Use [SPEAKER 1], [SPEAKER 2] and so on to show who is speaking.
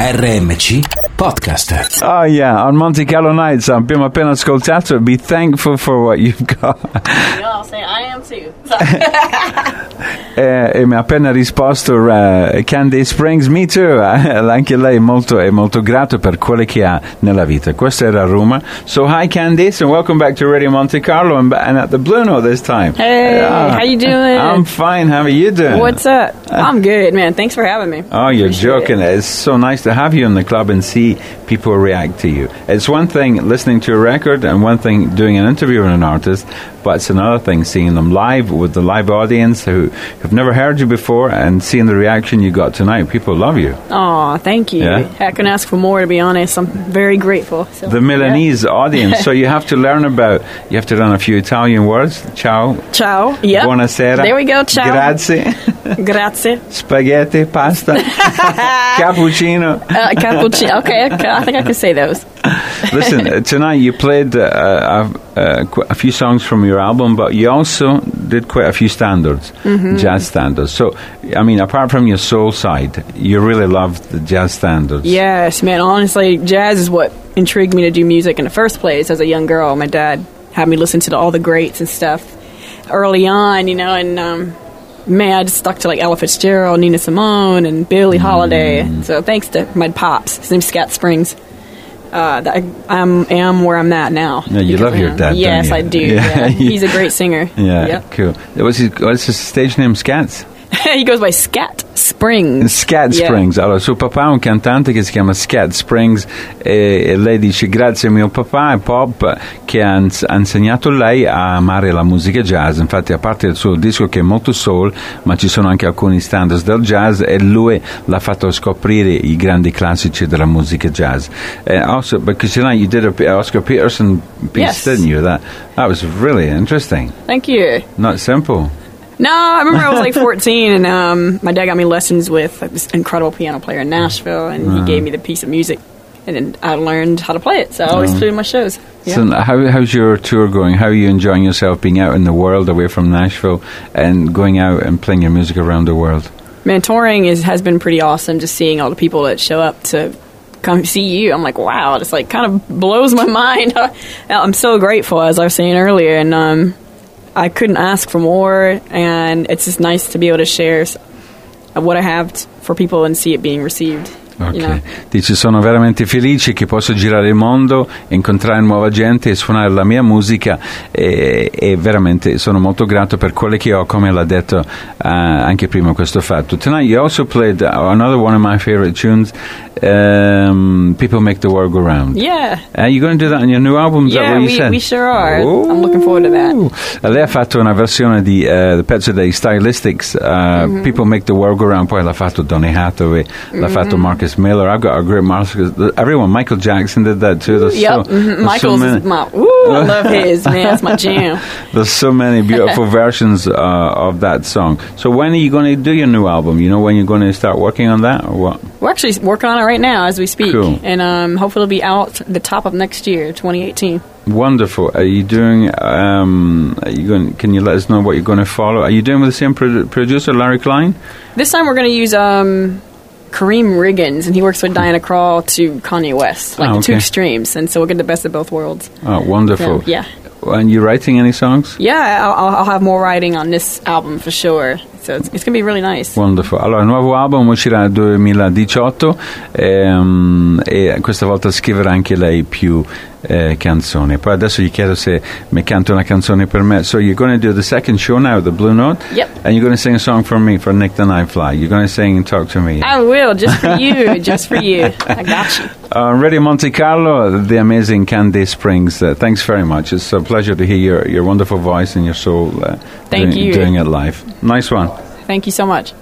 [SPEAKER 1] RMC Podcast.
[SPEAKER 2] Oh yeah, on Monte Carlo Nights ah, abbiamo appena ascoltato Be Thankful for What You've Got
[SPEAKER 3] Y'all say I am too.
[SPEAKER 2] e, e mi ha appena risposto eh, Candy Springs, me too, Eh, anche lei è molto, è molto grato per quello che ha nella vita. Questo era Roma. So hi Candice and welcome back to Radio Monte Carlo and, and at the Blue Note this time.
[SPEAKER 3] Hey,
[SPEAKER 2] Ah,
[SPEAKER 3] how you doing?
[SPEAKER 2] I'm fine, how are you doing?
[SPEAKER 3] What's up? I'm good, man. Thanks for having me.
[SPEAKER 2] Oh, you're
[SPEAKER 3] Appreciate
[SPEAKER 2] joking. It's so nice to have you in the club and see people react to you. It's one thing listening to a record and one thing doing an interview with an artist, but it's another thing seeing them live with the live audience who have never heard you before and seeing the reaction you got tonight. People love you.
[SPEAKER 3] Aw, thank you.
[SPEAKER 2] Yeah?
[SPEAKER 3] I couldn't ask for more, to be honest. I'm very grateful. So,
[SPEAKER 2] The Milanese audience. so you have to learn about, you have to learn a few Italian words. Ciao.
[SPEAKER 3] yeah. Ciao. Yep.
[SPEAKER 2] Buonasera.
[SPEAKER 3] There we go. Ciao.
[SPEAKER 2] Grazie.
[SPEAKER 3] Grazie.
[SPEAKER 2] Spaghetti, pasta, cappuccino.
[SPEAKER 3] Uh, cappuccino. Okay, okay, I think I can say those.
[SPEAKER 2] Listen, uh, tonight you played uh, uh, uh, qu- a few songs from your album, but you also did quite a few standards, jazz standards. So, I mean, apart from your soul side, you really love the jazz standards.
[SPEAKER 3] Yes, man. Honestly, jazz is what intrigued me to do music in the first place. As a young girl, my dad had me listen to all the greats and stuff early on, you know, and um, man, I just stuck to like Ella Fitzgerald, Nina Simone, and Billie
[SPEAKER 2] Mm.
[SPEAKER 3] Holiday. So thanks to my pops, his name's Scott Springs. Uh, that I am, am where I'm at now.
[SPEAKER 2] Yeah, you
[SPEAKER 3] because
[SPEAKER 2] love
[SPEAKER 3] of
[SPEAKER 2] your
[SPEAKER 3] him.
[SPEAKER 2] dad, don't
[SPEAKER 3] Yes,
[SPEAKER 2] you?
[SPEAKER 3] I do.
[SPEAKER 2] Yeah.
[SPEAKER 3] Yeah. he's a great singer.
[SPEAKER 2] Yeah,
[SPEAKER 3] Yep.
[SPEAKER 2] cool. What's his, what's his stage name? Scats?
[SPEAKER 3] he goes by Scat Springs.
[SPEAKER 2] Scat
[SPEAKER 3] Yeah.
[SPEAKER 2] Springs. Allora, suo papà è un cantante che si chiama Scat Springs e, e lei dice grazie a mio papà e Pop che ha, ins- ha insegnato lei a amare la musica jazz. Infatti, a parte il suo disco che è molto soul, ma ci sono anche alcuni standards del jazz e lui l'ha fatto scoprire i grandi classici della musica jazz. Eh, also, because you know, you did a P- Oscar Peterson piece,
[SPEAKER 3] Yes.
[SPEAKER 2] didn't you? That, that was really interesting.
[SPEAKER 3] Thank you.
[SPEAKER 2] Not simple.
[SPEAKER 3] No, I remember I was like 14, and um, my dad got me lessons with this incredible piano player in Nashville, and he gave me the piece of music, and then I learned how to play it. So I always play my shows. Yeah.
[SPEAKER 2] So how, how's your tour going? How are you enjoying yourself being out in the world away from Nashville and going out and playing your music around the world?
[SPEAKER 3] Man, touring is, has been pretty awesome. Just seeing all the people that show up to come see you, I'm like, wow, it's like kind of blows my mind. I'm so grateful, as I was saying earlier, and um, I couldn't ask for more. And it's just nice to be able to share s- what I have t- for people and see it being received.
[SPEAKER 2] Ok,
[SPEAKER 3] You know?
[SPEAKER 2] dice sono veramente felice che posso girare il mondo, incontrare nuova gente e suonare la mia musica e, e veramente sono molto grato per quello che ho, come l'ha detto eh, anche prima questo fatto. Tonight you also played another one of my favorite tunes, um, People Make the World Go Round.
[SPEAKER 3] Yeah.
[SPEAKER 2] Are Uh, you going to do that on your new album? Is that
[SPEAKER 3] Yeah,
[SPEAKER 2] what you
[SPEAKER 3] we-
[SPEAKER 2] said?
[SPEAKER 3] we sure are. I'm looking forward to that.
[SPEAKER 2] Oh. Lei ha fatto una versione di eh, The pezzo dei Stylistics, uh,
[SPEAKER 3] Mm-hmm.
[SPEAKER 2] People Make the World Go Round, poi l'ha fatto Donny Hathaway, e l'ha fatto Marcus Miller. I've got a great Marcus. Everyone, Michael Jackson did that too. There's
[SPEAKER 3] Yep,
[SPEAKER 2] so,
[SPEAKER 3] mhm.
[SPEAKER 2] there's so
[SPEAKER 3] Michael's
[SPEAKER 2] many,
[SPEAKER 3] is my. Ooh, I love his man. That's my jam.
[SPEAKER 2] There's so many beautiful versions uh, of that song. So when are you going to do your new album? You know when you're going to start working on that or what?
[SPEAKER 3] We're actually working on it right now as we speak,
[SPEAKER 2] Cool.
[SPEAKER 3] and um, hopefully it'll be out the top of next year, 2018.
[SPEAKER 2] Wonderful. Are you doing? Um, are you going? Can you let us know what you're going to follow? Are you doing with the same produ- producer, Larry Klein?
[SPEAKER 3] This time we're going to use um, Kareem Riggins, and he works with Diana Krall to Kanye West, like
[SPEAKER 2] Ah,
[SPEAKER 3] the
[SPEAKER 2] Hmm.
[SPEAKER 3] two
[SPEAKER 2] okay.
[SPEAKER 3] extremes, and so we'll get the best of both worlds.
[SPEAKER 2] Oh, wonderful.
[SPEAKER 3] So, yeah.
[SPEAKER 2] And you writing any songs?
[SPEAKER 3] Yeah, I'll, I'll- I'll have more writing on this album for sure. So it's, it's going to be really nice.
[SPEAKER 2] Wonderful. Allora, il nuovo album uscirà nel 2018 ehm, e questa volta scriverà anche lei più eh, canzoni. Poi adesso gli chiedo se mi canta una canzone per me. So you're going to do the second show now, the Blue Note,
[SPEAKER 3] Yep.
[SPEAKER 2] and you're going to sing a song for me, for Nick the Night Fly. You're going to sing Talk to Me.
[SPEAKER 3] I will just for you, just for you. I got you.
[SPEAKER 2] Uh, Radio Monte Carlo, the amazing Candy Springs. Uh, thanks very much. It's a pleasure to hear your, your wonderful voice and your soul uh,
[SPEAKER 3] Thank
[SPEAKER 2] doing,
[SPEAKER 3] you.
[SPEAKER 2] doing it live. Nice one.
[SPEAKER 3] Thank you so much.